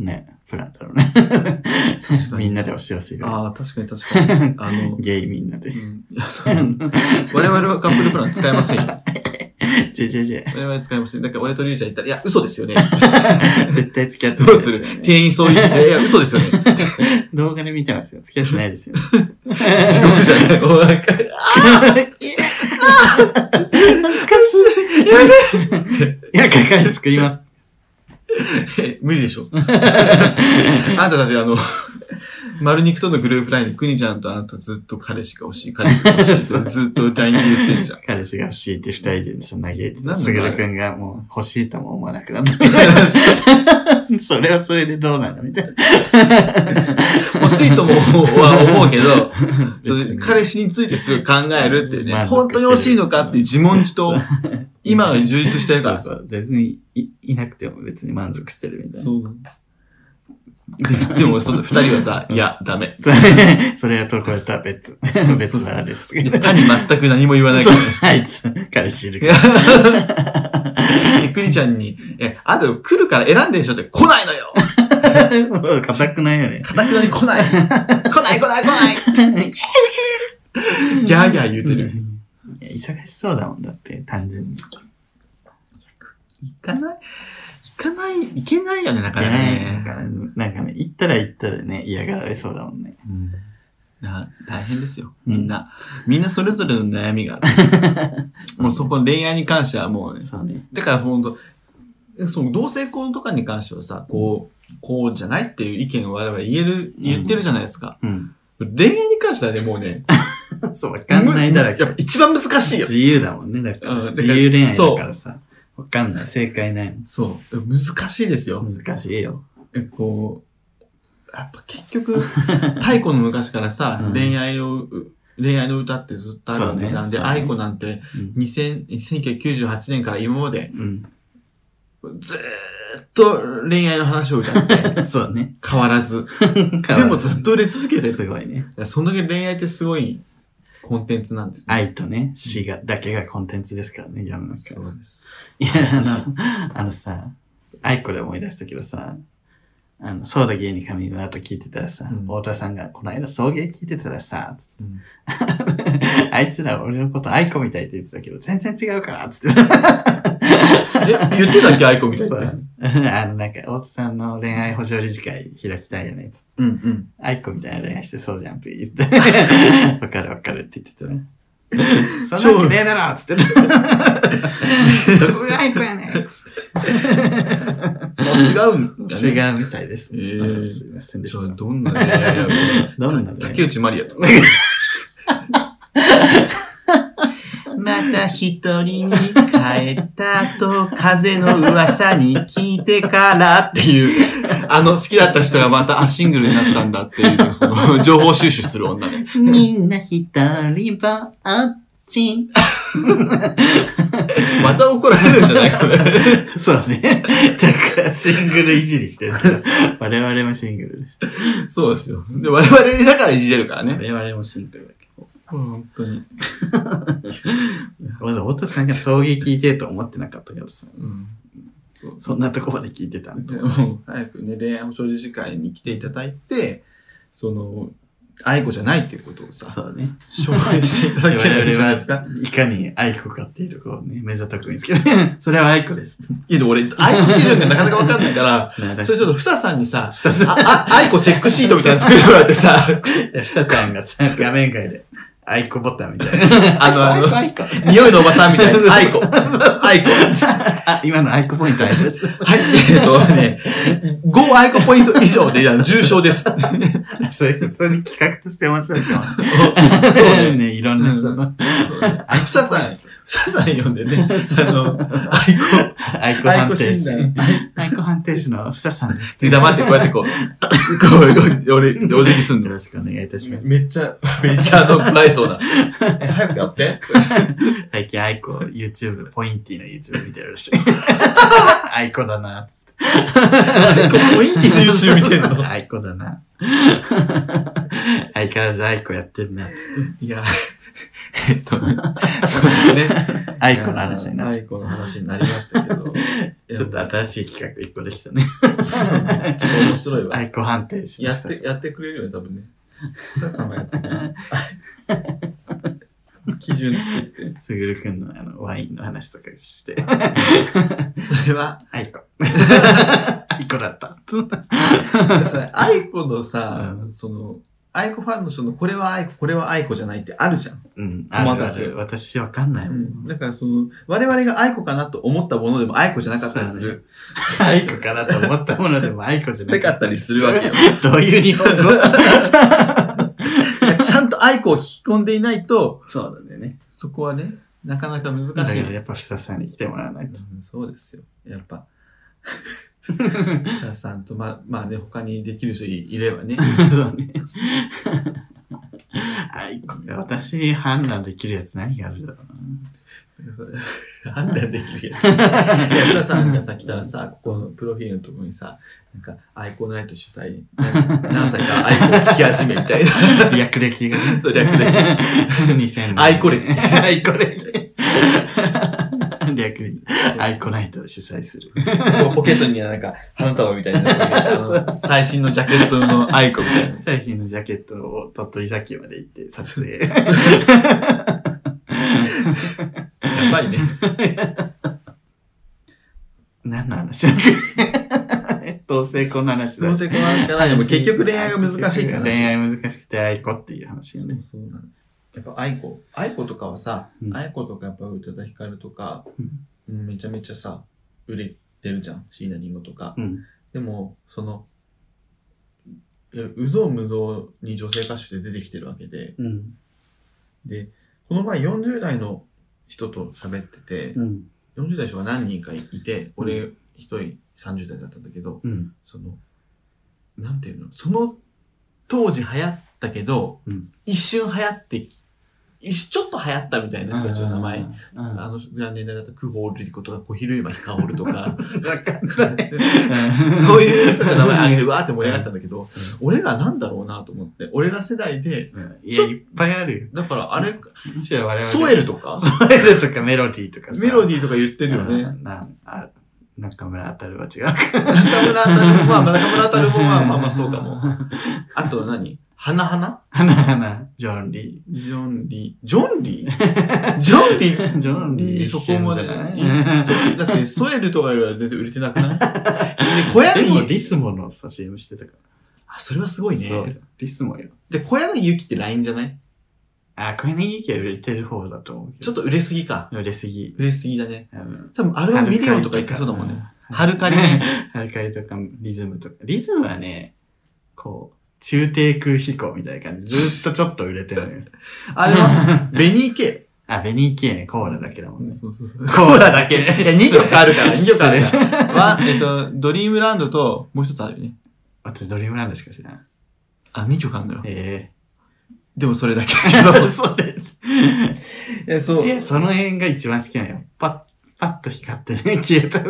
Speaker 2: ね、プランだろうね。
Speaker 1: 確か
Speaker 2: みん
Speaker 1: に。
Speaker 2: なで押し寄せる。
Speaker 1: ああ、確かに確かに。あの、 うん
Speaker 2: ゲイみんなで。
Speaker 1: いやそう我々はカップルプラン使えま せんよ。
Speaker 2: ちょちょちょ。
Speaker 1: 我々は使えません。だから俺とリュウちゃん言ったら、いや、嘘ですよ ね。
Speaker 2: 絶対付き合って
Speaker 1: どうする
Speaker 2: る
Speaker 1: 店員そう言って、いや、嘘です よね。
Speaker 2: 動画で見てますよ。付き合ってないですよ。
Speaker 1: 地獄じゃない。お腹
Speaker 2: 恥ずかしい。やめて。いや、かか作ります。
Speaker 1: え無理でしょ。あんただってあの、丸肉とのグループラインで、くにちゃんとあなたずっと彼氏が欲しい、彼氏が欲しい
Speaker 2: そ
Speaker 1: っ
Speaker 2: う
Speaker 1: てずっと LINE で言ってん じゃん。
Speaker 2: 彼氏が欲しいって二人でそんな嘆いて
Speaker 1: なん
Speaker 2: た。
Speaker 1: だ
Speaker 2: すぐるくんがもう欲しいとも思わなくなった。それはそれでどうなのみたいな。
Speaker 1: 欲しいともは 思うけど、そ
Speaker 2: 別
Speaker 1: れ
Speaker 2: に
Speaker 1: 彼氏についてすぐ考えるっていうね、
Speaker 2: 満足してる
Speaker 1: 本当に欲しいのかっていう自問自答
Speaker 2: そう、
Speaker 1: 今は充実してるから
Speaker 2: そ
Speaker 1: さ。
Speaker 2: うそう別にいいなくても別に満足してるみたいな。
Speaker 1: う。ででも、その二人はさ、いや、ダメ。
Speaker 2: それ それはとこれとは別、別腹です。
Speaker 1: 他に全く何も言わないか
Speaker 2: そう
Speaker 1: ら。
Speaker 2: あいつ、彼氏いるか
Speaker 1: でくにちゃんに、え、あと来るから選んでんでしょって、来ないのよ
Speaker 2: ら。もう固くないよね。
Speaker 1: かたくなに来ない来ない来ない来ないギャーギャー言うてる。
Speaker 2: いや忙しそうだもんだって、単純に。
Speaker 1: 行かない行かない、行けないよね、なかなか
Speaker 2: だか
Speaker 1: ね。
Speaker 2: らなんかね、行ったら行ったらね、嫌がられそうだもんね。
Speaker 1: うんな大変ですよ。
Speaker 2: うん
Speaker 1: みんな。みんなそれぞれの悩みがある。 もうそこ、恋愛に関してはもうね。
Speaker 2: そうね。
Speaker 1: だからほんと、その同性婚とかに関してはさ、こう、こうじゃないっていう意見を我々言える、言ってるじゃないですか。
Speaker 2: うん。
Speaker 1: 恋愛に関してはね、もうね、
Speaker 2: そう、わかんないだら
Speaker 1: やっ
Speaker 2: け
Speaker 1: ぱ。一番難しいよ。
Speaker 2: 自由だもんね、だから。
Speaker 1: うんだか
Speaker 2: 自
Speaker 1: ら
Speaker 2: 由恋愛だからさ。わかんない。正解ないも
Speaker 1: そう。難しいですよ。
Speaker 2: ん。難しいよ。
Speaker 1: こう、やっぱ結 局、太古の昔からさ、
Speaker 2: うん
Speaker 1: 恋愛を、う恋愛の歌ってずっとあるわけじゃん。
Speaker 2: そうね
Speaker 1: で、
Speaker 2: そうね
Speaker 1: 愛子なんて
Speaker 2: うん。
Speaker 1: 2000 1998年から今まで
Speaker 2: うん
Speaker 1: ずーっと恋愛の話を歌 って、
Speaker 2: そうね。
Speaker 1: 変わらず。で
Speaker 2: で
Speaker 1: もずっと売れ続けて
Speaker 2: すごいね。
Speaker 1: る。そんだけ恋愛ってすごいコンテンツなんですね。
Speaker 2: 愛とね、死が、だけがコンテンツですからね、世の中
Speaker 1: そ
Speaker 2: は。
Speaker 1: うです。
Speaker 2: いや、あの、あのさ、アイコで思い出したけどさ、あの、ソーダ芸に髪の後聞いてたらさ、
Speaker 1: うん
Speaker 2: 太田さんが、この間送迎聞いてたらさ、
Speaker 1: うん
Speaker 2: あいつら俺のことアイコみたいって言ってたけど、全然違うから、つって。
Speaker 1: え、言ってたっけ愛子みたい
Speaker 2: そ
Speaker 1: な。
Speaker 2: うあの、なんか、太田さんの恋愛保障理事会開きたいよね、つって。
Speaker 1: うんうん。
Speaker 2: アイコみたいな恋愛してそうじゃんって 言って。わかるわかるって言ってたね。そんなわけねえだろつって。 どこがアイコやねん
Speaker 1: あ違うんだね。
Speaker 2: 違うみたいです。
Speaker 1: えー
Speaker 2: あすいませんで
Speaker 1: じ
Speaker 2: し
Speaker 1: ゃあ
Speaker 2: た。
Speaker 1: どんな恋愛を
Speaker 2: どんな ね
Speaker 1: 竹内まりやと。また一人に帰ったと風の噂に聞いてからっていう、あの好きだった人がまたあシングルになったんだっていう、そ の情報収集する女ね。
Speaker 2: みんな一人ぼっち。
Speaker 1: また怒られるんじゃないこれ。
Speaker 2: そうね。だからシングルいじりしてる。 我々もシングルです。
Speaker 1: そうですよ。で、我々だからいじれるからね。
Speaker 2: 我々もシングルだけど。
Speaker 1: 本当に。
Speaker 2: まだ太田さんが送迎聞いてると思ってなかったけどさ。
Speaker 1: うん。そう
Speaker 2: そんなとこまで聞いてたんだ
Speaker 1: でも早くね、恋愛保障理事会に来ていただいて、その、愛子じゃないっていうことをさ、
Speaker 2: そうね。
Speaker 1: 紹介していただければいいんじゃないです か。
Speaker 2: いかに愛子かっていうところをね、目ざとく見つける。 それは愛子です。
Speaker 1: いや、でも俺、愛子基準がなかなかわかんないから、そ
Speaker 2: そ
Speaker 1: れちょっと、ふささんにさ、
Speaker 2: 下さん
Speaker 1: あ、あ、愛子チェックシートみたいなの作ってもらってさ、
Speaker 2: 下さんがさ、画面外で、愛子ボタンみたい な。
Speaker 1: あの、あの、
Speaker 2: 愛子、愛子。
Speaker 1: 匂いのおばさんみたいな、愛子、愛子。
Speaker 2: あ、今のアイコポイントあり ました。
Speaker 1: はい、えっとね、5愛子ポイント以上で、あの重症です。
Speaker 2: それ普通に企画として面白いかも。
Speaker 1: そうね。
Speaker 2: ね、いろんな人の
Speaker 1: ふささん、ふささん呼んでね、あの、愛子。
Speaker 2: アイコ判定士
Speaker 1: アイコ診。
Speaker 2: アイコ判定士のふささ んです。
Speaker 1: で、黙ってこうやってこう、こう、こう俺、お辞儀すん
Speaker 2: よ
Speaker 1: の。
Speaker 2: ろしくお願いいたします。
Speaker 1: めっちゃ、めっちゃあの、ないそうな。早くやって。
Speaker 2: 最近アイコ YouTube、ポインティの YouTube 見てる らしい。アイコだな。
Speaker 1: ポインティの YouTube 見てんの。
Speaker 2: アイコだ な。相変わらずアイコやってるなっつって。
Speaker 1: いや、えっと、そうですね。
Speaker 2: アイコの話になっちゃ
Speaker 1: 愛子の話になりましたけど。
Speaker 2: う。ちょっと
Speaker 1: あ
Speaker 2: 新しい企画一個できたね。
Speaker 1: ちょっと面白い
Speaker 2: ア
Speaker 1: わ。
Speaker 2: イコ判定士の
Speaker 1: や
Speaker 2: ふ
Speaker 1: っ
Speaker 2: ささん。
Speaker 1: て、やってくれるよね、多分ね。ふささんもやってくれる。 基準作って。
Speaker 2: すぐるくんのあのワインの話とかして。
Speaker 1: そ れは、
Speaker 2: ア イコ。アイコだった。
Speaker 1: それ愛子のさ、
Speaker 2: う
Speaker 1: その、愛子ファンの人のこれは愛子、これは愛子じゃないってあるじゃん。
Speaker 2: うん。あ
Speaker 1: 細かく
Speaker 2: るある。私わかんないもん。
Speaker 1: だからその、我々が愛子かなと思ったものでも愛子じゃなかったりする。
Speaker 2: 愛子かなと思ったものでも愛子じゃな
Speaker 1: なかったりするわけよ。
Speaker 2: どういう日本語
Speaker 1: ちゃんと愛子を聞き込んでいないと、
Speaker 2: そうだね。
Speaker 1: そこはね、なかなか難
Speaker 2: だか
Speaker 1: しい。
Speaker 2: らやっぱふささんに来てもらわないと。
Speaker 1: うんそうですよ。やっ ぱ。さあさんと、まあ、まあね、他にできる人いいればね。
Speaker 2: そうね。愛子が私に判断できるやつ何があるだろ
Speaker 1: 判断でき るやつ。いやさあさんがさ、来たらさ、ここのプロフィールのところにさ、なんか、アイコナイト主催、何歳かアイコを聞き始めみたいな。
Speaker 2: うな。略歴がね。
Speaker 1: そう略歴
Speaker 2: 2000年。
Speaker 1: 愛子歴
Speaker 2: 愛子歴。略歴。愛子ナイトを主催する。
Speaker 1: こうポケットにはなんか、花束みたいなのが 入ってる。あの最新のジャケットのアイコみたいな。
Speaker 2: 最新のジャケットを鳥取砂丘まで行って撮影。
Speaker 1: やばいね。
Speaker 2: 何の話だっけ同性婚の話だ。
Speaker 1: どうせこの話しかないでも結局恋愛が難しいから
Speaker 2: 恋愛難しくて愛子っていう話よね。
Speaker 1: そうなんです。やっぱ愛子、愛子とかはさ、
Speaker 2: うん
Speaker 1: 愛子とかやっぱ宇多田ヒカルとか、
Speaker 2: うん
Speaker 1: うんめちゃめちゃさ、売れてるじゃん、椎名林檎とか。
Speaker 2: うん。
Speaker 1: でも、その、えうぞうむぞうに女性歌手で出てきてるわけで、
Speaker 2: うん。
Speaker 1: で、この前40代の人と喋ってて、
Speaker 2: うん。
Speaker 1: 40代の人が何人かいて、俺一人30代だったんだけど、
Speaker 2: うん。
Speaker 1: その、なんていうの、その当時流行ったけど、
Speaker 2: うん
Speaker 1: 一瞬流行ってき、一瞬ちょっと流行ったみたいな人たちの名前。
Speaker 2: う
Speaker 1: あ
Speaker 2: ん。わ
Speaker 1: の年代だったら久保瑠璃子とか小比類巻香織と か、
Speaker 2: かんない。
Speaker 1: そういう人たちの名前挙げてわーって盛り上がったんだけど、俺らなんだろうなと思って、俺ら世代で、
Speaker 2: うん。いや、いっぱいあるよ。
Speaker 1: だからあれ、
Speaker 2: むしろ我々。
Speaker 1: ソエルとか、
Speaker 2: ソエルとかメロディーとかさ。
Speaker 1: メロ
Speaker 2: デ
Speaker 1: ディーとか言ってるよね。
Speaker 2: な、あ、中村あたるは違う。
Speaker 1: 中村あたるも、 まあまあ中村あたるもまあまあまあそうかも。。あと何花花
Speaker 2: 花花、ジョンリ
Speaker 1: ジョンリー。ジョンリ ージョンリー
Speaker 2: ー。ジョンリー。
Speaker 1: そこまで。
Speaker 2: じゃない
Speaker 1: そうだって、ソエルとかよりは全然売れてなく ないで、小
Speaker 2: でも、
Speaker 1: 柳。
Speaker 2: リスモの差し入れしてたか
Speaker 1: あ、それはすご
Speaker 2: ら。
Speaker 1: いね。
Speaker 2: そう。リスモよ。
Speaker 1: で、小柳ゆきって LINE じゃない
Speaker 2: あ、小柳家は売れてる方だと思うけど。
Speaker 1: ちょっと売れすぎか。
Speaker 2: 売れすぎ。
Speaker 1: 売れすぎだね。
Speaker 2: あの
Speaker 1: 多分、アルバムミリオンとか言ってそうだもんね。。
Speaker 2: は
Speaker 1: は
Speaker 2: る
Speaker 1: るか
Speaker 2: かり
Speaker 1: り
Speaker 2: ね
Speaker 1: ね。
Speaker 2: はるかりとか、リズムとか。リズムはね、こう、中低空飛行みたいな感じ。ずーっとちょっと売れてるのよ。
Speaker 1: あれは、 ベニー系。
Speaker 2: あ、ベニーキエね、コーラだけだ もんね。
Speaker 1: そうそう。
Speaker 2: コーラだけ。い
Speaker 1: いや、2曲あるから、2曲ある
Speaker 2: ら。
Speaker 1: から。は、 えっと、ドリームランドと、もう一つあるよね。
Speaker 2: 私、ドリームランドしか知らん。
Speaker 1: あ、2曲あるのよ。
Speaker 2: え
Speaker 1: でもそれだけ。
Speaker 2: えそれ。
Speaker 1: え、そ
Speaker 2: いや、 その辺が一番好きなのよ。パッ、パッと光ってね、 消えた。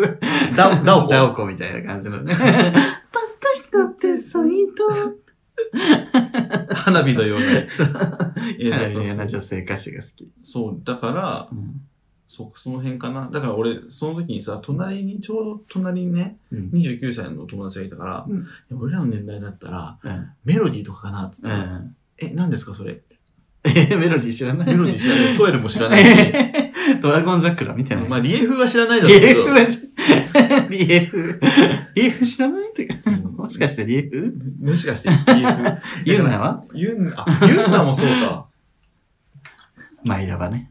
Speaker 1: ダオ、ダオコ。
Speaker 2: ダオコみたいな感 じのね。パッと光って、ソイート。
Speaker 1: 花火のような。 え
Speaker 2: 花火のような女性歌手が好き。
Speaker 1: そう、だから、
Speaker 2: うん
Speaker 1: そうか、その辺かな。だから俺、その時にさ、隣に、ちょうど隣にね、
Speaker 2: うん
Speaker 1: 29歳の友達がいたから、
Speaker 2: う
Speaker 1: い
Speaker 2: ん
Speaker 1: や俺らの年代だったら、
Speaker 2: うん
Speaker 1: メロディーとかかなっつって、
Speaker 2: うん
Speaker 1: え、何ですかそれ。
Speaker 2: えーメロディー知らない
Speaker 1: メロディー知らない。ソエルも知ら ないし、
Speaker 2: えー ドラゴン桜見てない。
Speaker 1: まあ、リエフは知らないだ
Speaker 2: リ
Speaker 1: ろうけ
Speaker 2: エ
Speaker 1: ど
Speaker 2: フ、はし リエフ、リエフ知らないってか
Speaker 1: そう、
Speaker 2: もしかしてリエフ
Speaker 1: もしかして、リエ フ。
Speaker 2: ユンナは
Speaker 1: ユンナ、あ、ユンナもそうか。
Speaker 2: マイラバね。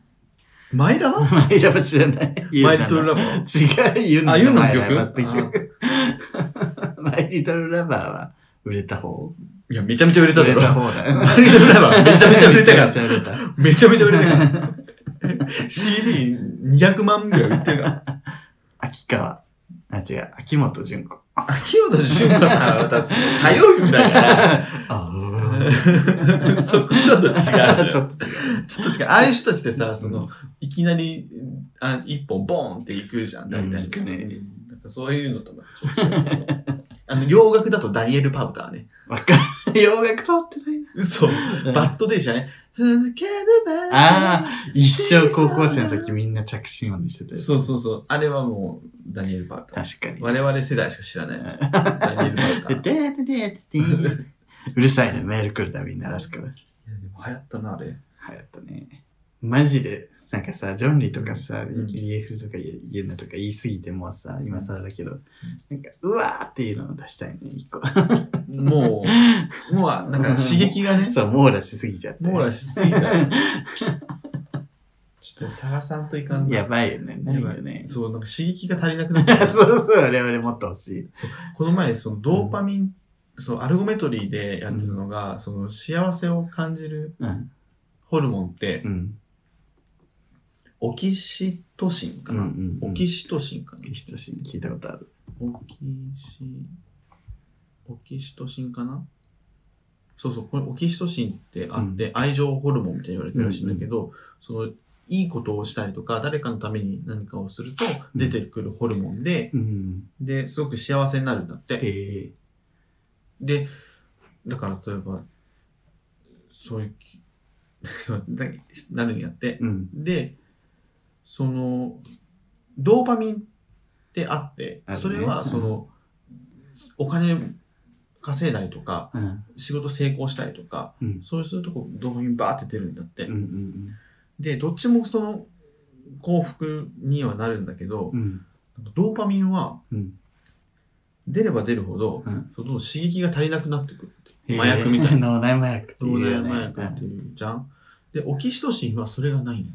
Speaker 1: マイラは
Speaker 2: マイラバ知らない。
Speaker 1: マイリトル
Speaker 2: ラ
Speaker 1: ラバー。
Speaker 2: 違う、ユンナ
Speaker 1: あ、ユンナ
Speaker 2: マ
Speaker 1: の
Speaker 2: イラ
Speaker 1: 曲
Speaker 2: バ
Speaker 1: あ
Speaker 2: っていう。 マイリトルラバーは売れた方
Speaker 1: いや、めちゃめちゃ売れた
Speaker 2: 売
Speaker 1: だ
Speaker 2: れ
Speaker 1: ろ
Speaker 2: た。方だよ。
Speaker 1: マイリトルラバー、 めちゃめ ちゃ売れたか
Speaker 2: め
Speaker 1: ら。
Speaker 2: ちゃめちゃ売れた。
Speaker 1: めちゃめちゃ売れたから。CD200 万ぐらい売って るから。
Speaker 2: 秋川。あ、違う。秋元純子。
Speaker 1: 清田純子さんは私、歌謡曲だか
Speaker 2: あ
Speaker 1: ら、そこ ちょっと違う
Speaker 2: あ。
Speaker 1: の
Speaker 2: ち
Speaker 1: よ。
Speaker 2: ょっと違う。
Speaker 1: ちょっと違う。ああいう人たちってさ、その、いきなり、あ一本ボーンっていくじゃん、大体。
Speaker 2: うん行くね
Speaker 1: なんかそういうのともちょっと違う。 あの、洋楽だとダニエル・パウターね。
Speaker 2: わかんない。洋楽通ってないな。
Speaker 1: 嘘。バ
Speaker 2: ば
Speaker 1: ッドデイじゃね。
Speaker 2: あ一生高校生の時みんな着信音にしてたよ。
Speaker 1: そうそうそう。あれはもう、ダニエル・パウター。
Speaker 2: 確かに。
Speaker 1: 我々世代しか知らないです。ダニエル・パウタ
Speaker 2: で、
Speaker 1: ー。
Speaker 2: でででででうるさいね。メール来るたびに鳴らすから。流
Speaker 1: いやでも流行ったな、あれ。
Speaker 2: 行ったね。マジで、なんかさ、ジョンリーとかさ、
Speaker 1: うん
Speaker 2: リエフとかユンナとか言いすぎてもうさ、今更だけど、なんか、うわーっていうのを出したいね、一個。
Speaker 1: もう、もうあ、なんか刺激がね、
Speaker 2: そう、網羅しす ぎちゃって。
Speaker 1: 網羅しすぎた ら。ちょっと探さんといかんな。
Speaker 2: やばいよね。ないよね。そ
Speaker 1: そう、なんか刺激が足りなくなって
Speaker 2: う そう、我々もっと欲しい。
Speaker 1: この前、そのドーパミン、そのアルゴメトリーでやってたのが、その幸せを感じる
Speaker 2: うん。
Speaker 1: ホルモンって、
Speaker 2: うん。
Speaker 1: オキシトシンかな、
Speaker 2: うんうん
Speaker 1: オキシトシンかな
Speaker 2: キシトシン聞いたことある。
Speaker 1: オキシ、オキシトシンかなそうそう、これオキシトシンってあって、愛情ホルモンみたいに言われてるらしいんだけど、その、いいことをしたりとか、誰かのために何かをすると
Speaker 2: うん
Speaker 1: 出てくるホルモンで、
Speaker 2: うん。
Speaker 1: で、すごく幸せになるんだって。
Speaker 2: へえ。
Speaker 1: で、だから例えば、そういうき、 そうだなるんやって。
Speaker 2: うん。
Speaker 1: で、その、ドーパミンってあって、
Speaker 2: あるね
Speaker 1: それはその、お金稼いだりとか、
Speaker 2: うん。
Speaker 1: 仕事成功したりとか、
Speaker 2: うん。
Speaker 1: そうするとこうドーパミンバーって出るんだって。
Speaker 2: うん。うん。
Speaker 1: で、どっちもその幸福にはなるんだけど、
Speaker 2: うん。
Speaker 1: ドーパミンは
Speaker 2: うん。
Speaker 1: 出れば出るほど、
Speaker 2: うん
Speaker 1: その刺激が足りなくなってくるって。麻薬みたい な。
Speaker 2: な。脳内麻薬ってい
Speaker 1: 脳
Speaker 2: う
Speaker 1: 内
Speaker 2: よね。
Speaker 1: 麻薬って
Speaker 2: うん
Speaker 1: いうじゃん。で、オキシトシンはそれがないの。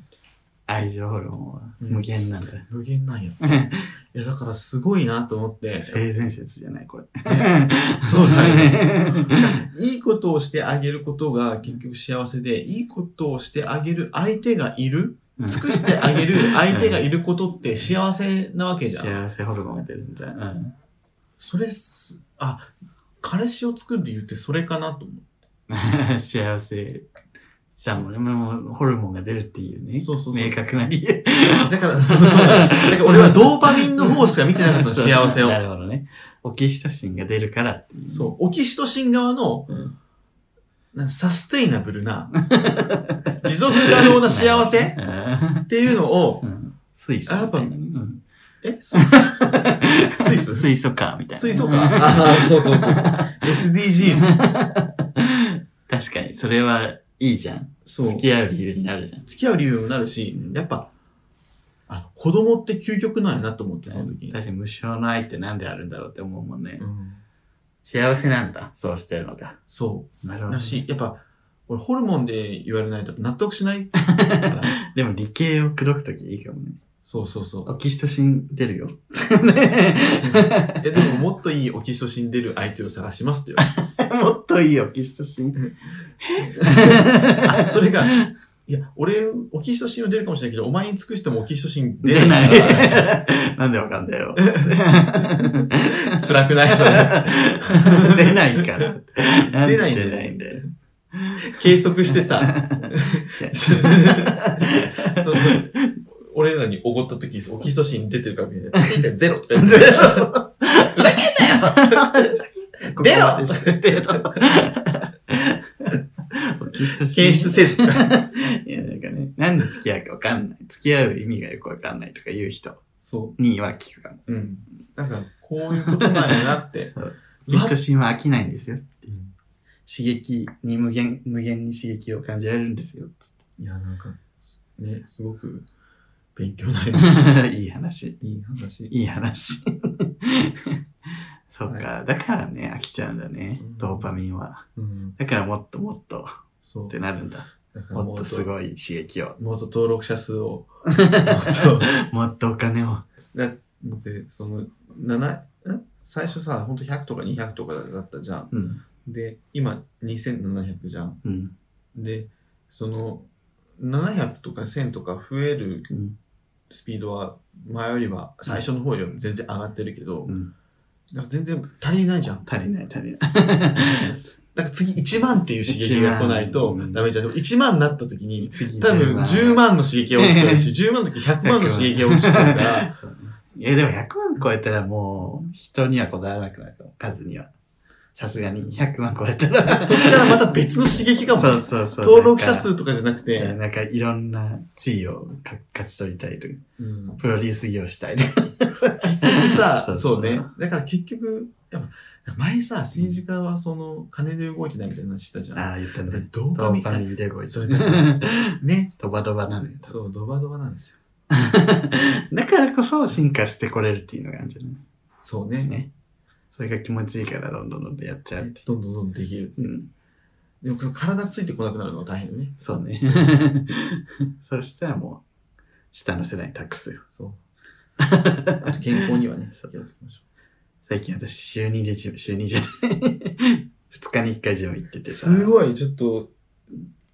Speaker 2: 愛情ホルモンは無限なんだ。
Speaker 1: 無限なんや。 いや、だからすごいなと思って。
Speaker 2: 性善説じゃない、こ れ。
Speaker 1: そうだね。 いいことをしてあげることが結局幸せで、いいことをしてあげる相手がいる、
Speaker 2: うん
Speaker 1: 尽くしてあげる相手がいることって幸せなわけじゃん。
Speaker 2: 幸せホルモンが出るんじゃん。うん
Speaker 1: それす、あ、彼氏を作る理由ってそれかなと思う。
Speaker 2: 幸せだもんね。もうホルモンが出るっていうね。
Speaker 1: そうそうそう
Speaker 2: 明確な理由。
Speaker 1: だから、そうそう。だから俺はドーパミンの方しか見てなかったの、
Speaker 2: そう
Speaker 1: 幸せを
Speaker 2: な。るほどね。オキシトシンが出るからっていう。
Speaker 1: そう、オキシトシン側の
Speaker 2: うん。
Speaker 1: なんかサステイナブルな、持続可能な幸せっ
Speaker 2: うん
Speaker 1: ていうのを、
Speaker 2: うん。水素。
Speaker 1: あやっぱ
Speaker 2: うん
Speaker 1: え水 素水素
Speaker 2: 水素か、みたいな。
Speaker 1: 水素か。あ あ、そうそうそうそう。SDGs。
Speaker 2: 確かに、それはいいじゃん。
Speaker 1: そう。
Speaker 2: 付
Speaker 1: 付
Speaker 2: き合う理由になるじゃん。
Speaker 1: き合う理由にもなるし
Speaker 2: う、ん
Speaker 1: やっぱ、あの子供って究極なんやなと思って、その時に。
Speaker 2: 確かに無償の愛ってなんであるんだろうって思うもんね。
Speaker 1: うん
Speaker 2: 幸せなんだ、そうしてるのが。
Speaker 1: そ
Speaker 2: なる
Speaker 1: う。だし、やっぱ、俺、ホルモンで言われないと納得し ない。
Speaker 2: でも理系を口説くときいいかもね。
Speaker 1: そうそうそう。
Speaker 2: オキシトシン出るよ。
Speaker 1: え、でも、もっといいオキシトシン出る相手を探しますって言われ
Speaker 2: もっといいオキシトシ ン。
Speaker 1: てあそれが、いや、俺、オキシトシンは出るかもしれないけど、お前に尽くしてもオキシトシン出
Speaker 2: 出な
Speaker 1: ないいから。。
Speaker 2: なんでわかんだよ。
Speaker 1: 辛くないそれ。
Speaker 2: 出ないから。んで
Speaker 1: 出ないんだ
Speaker 2: 出
Speaker 1: よ
Speaker 2: ないんだよ。
Speaker 1: 計測して さ、そうそう俺らにおごった時オキシトシン出てるかみたい な。ゼロとか言って。出ろ
Speaker 2: 出ろオキシトシン。
Speaker 1: 検出せず。
Speaker 2: いや、なんかね、なんで付き合うかわかんない。付き合う意味がよくわかんないとか言う人
Speaker 1: そ
Speaker 2: には聞くかも。
Speaker 1: う。うん。なんか、こういうことなんやな って。
Speaker 2: オキシトシンは飽きないんですよ。刺激に無限、無限に刺激を感じられるんですよ。
Speaker 1: いや、なんか、ね、すごく勉強になりま した。
Speaker 2: いい話。
Speaker 1: いい話。
Speaker 2: いい話。そっか、だからね、飽きちゃうんだね、
Speaker 1: うん
Speaker 2: ドーパミンは。
Speaker 1: うん。
Speaker 2: だからもっともっと
Speaker 1: そう
Speaker 2: っ。てなるんだ。
Speaker 1: だから
Speaker 2: も
Speaker 1: も
Speaker 2: っ
Speaker 1: っ
Speaker 2: と
Speaker 1: と
Speaker 2: すごい刺激を。
Speaker 1: もっと登録者数 を。もっと
Speaker 2: もっとお金を。
Speaker 1: だって、その、七ん最初さ、ほんと100とか200とかだったじゃん。
Speaker 2: うん。
Speaker 1: で、今2700じゃん。
Speaker 2: うん。
Speaker 1: で、その、700とか1000とか増える
Speaker 2: うん。
Speaker 1: スピードは前よりは最初の方よりも全然上がってるけど、
Speaker 2: うん、
Speaker 1: なんか全然足りないじゃ ん。
Speaker 2: 足りない足りない。
Speaker 1: なんか次1万っていう刺激が来ないと
Speaker 2: 1万
Speaker 1: ダメじゃん。でも1万になった時に、
Speaker 2: 次
Speaker 1: 多分10万の刺激が落ちてる し、10万の時100万の刺激が落ちてるから、
Speaker 2: そうねえ、でも100万超えたらもう、人にはこだわらなくなるから、数には。さすがに100万超えたら。
Speaker 1: そっからまた別の刺激がも
Speaker 2: そううそうそう。
Speaker 1: 登録者数とかじゃなく
Speaker 2: なんか
Speaker 1: て、
Speaker 2: なんかいろんな地位をか勝ち取りたいとか、
Speaker 1: うん
Speaker 2: プロデュース業したいとか。
Speaker 1: でさ
Speaker 2: そ、うそう
Speaker 1: そうね。だから結局、やっぱ前さ、政治家はその金で動いてないみたいな話したじゃん。
Speaker 2: ああ、言った
Speaker 1: やっぱり
Speaker 2: ね。
Speaker 1: ドー
Speaker 2: ド
Speaker 1: パミ
Speaker 2: ー
Speaker 1: ン
Speaker 2: パミンで動いて
Speaker 1: そう
Speaker 2: る
Speaker 1: だね。ね。
Speaker 2: ドバドバなのよ。
Speaker 1: そう、ドバドバなんですよ。
Speaker 2: だからこそ進化してこれるっていうのがあるんじゃない
Speaker 1: そうね。
Speaker 2: ね。それが気持ちいいからどんどんどんどんやっちゃうってい
Speaker 1: どんどんどんできる。
Speaker 2: う。うん。
Speaker 1: でも体ついてこなくなるのが大変よね。
Speaker 2: そう ね。そしたらもう、下の世代に 託すよ。
Speaker 1: そう。あと健康には ね、気をつけましょ
Speaker 2: 最近私週2でジム、週2じゃない。2日に1回ジム行って
Speaker 1: う。
Speaker 2: てさ。
Speaker 1: す
Speaker 2: い。
Speaker 1: ごい、ちょっと、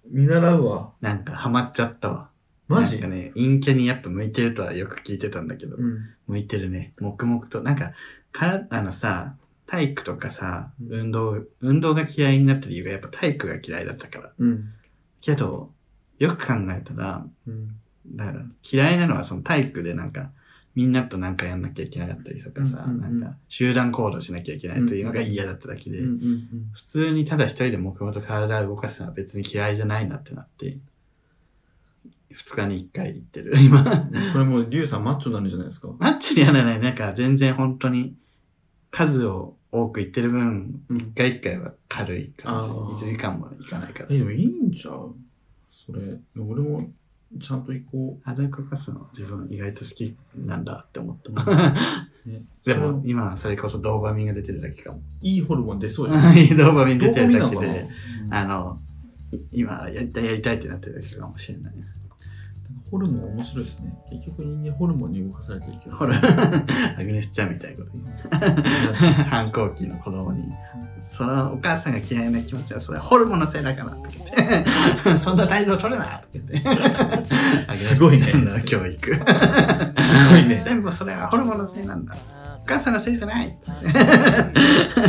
Speaker 1: 見習うわ。
Speaker 2: なんかハマっちゃったわ。
Speaker 1: マジ
Speaker 2: なんかね、陰キャにやっぱ向いてるとはよく聞いてたんだけど、
Speaker 1: うん。
Speaker 2: 向いてるね。黙々と。なんか、から、あのさ、体育とかさ、
Speaker 1: うん
Speaker 2: 運動、運動が嫌いになった理由がやっぱ体育が嫌いだったから。
Speaker 1: うん。
Speaker 2: けど、よく考えたら、
Speaker 1: うん。
Speaker 2: だから嫌いなのはその体育でなんか、みんなとなんかやんなきゃいけなかったりとかさ、
Speaker 1: うんうんうん
Speaker 2: なんか集団行動しなきゃいけないというのが嫌だっただけで、
Speaker 1: うん。うん。
Speaker 2: 普通にただ一人で黙々と体を動かすのは別に嫌いじゃないなってなって、二日に一回行ってる、 今。
Speaker 1: これもう、リュウさんマッチョになるんじゃないですか。
Speaker 2: マッチにやらない、なんか全然本当に数を多く行ってる分、
Speaker 1: うん
Speaker 2: 一回一回は軽い感じ。
Speaker 1: あー
Speaker 2: 1時間も行かないから
Speaker 1: え、。でもいいんちゃうそれ。俺も、ちゃんと行こ
Speaker 2: 体を動かすの自分意外と好きなんだって思った。
Speaker 1: う。ね、
Speaker 2: で
Speaker 1: そ
Speaker 2: も
Speaker 1: れ
Speaker 2: 今はそれこそドーパミンが出てるだけかも。
Speaker 1: いいホルモン出そうじゃん。
Speaker 2: はいドーパミ ン出てるだ
Speaker 1: の
Speaker 2: け
Speaker 1: かな
Speaker 2: で、あの、い今やりたいやりたいってなってるだけかもしれない。
Speaker 1: ホルモン面白いですね。結局人間ホルモンに動かされてるけど。
Speaker 2: ほら、 アグネスちゃんみたいなこと言う反抗期の子供に、そのお母さんが嫌いな気持ちはそれはホルモンのせいだからって言って、 そんな態度取れなって言って。
Speaker 1: すごいね
Speaker 2: アグネスちゃんの教育。す
Speaker 1: ごいね
Speaker 2: 全部それはホルモンのせいなんだ。お母さんのせいじゃない って言って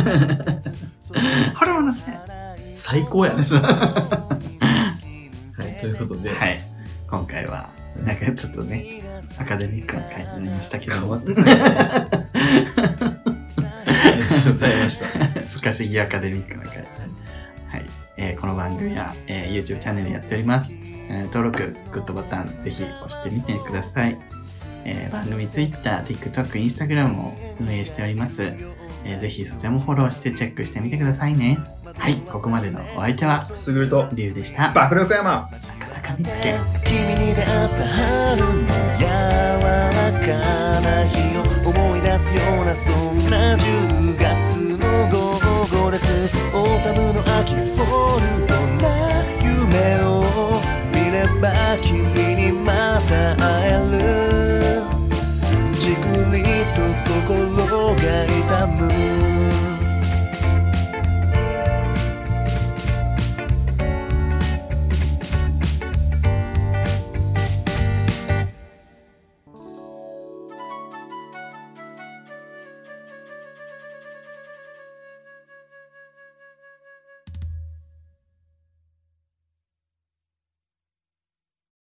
Speaker 2: ホルモンのせい。
Speaker 1: 最高やね。
Speaker 2: そう
Speaker 1: はい、ということで、
Speaker 2: はい、今回は、なんかちょっとね、アカデミックな回になりましたけど、
Speaker 1: 変わ
Speaker 2: 不
Speaker 1: ってたね。ありがとうございました。
Speaker 2: 可思議アカデミックな回。はい、えーこの番組は、えー YouTube チャンネルやっております。チャンネル登録、グッドボタン、ぜひ押してみてください。えー番組 Twitter、TikTok、Instagram を運営しております。えーぜひそちらもフォローしてチェックしてみてくださいね。はい、ここまでのお相手は、
Speaker 1: すぐると、
Speaker 2: りゅうでした。
Speaker 1: 爆力山
Speaker 2: 赤坂見つけ。
Speaker 3: 君に出会った春の柔らかな日を思い出すようなそんな10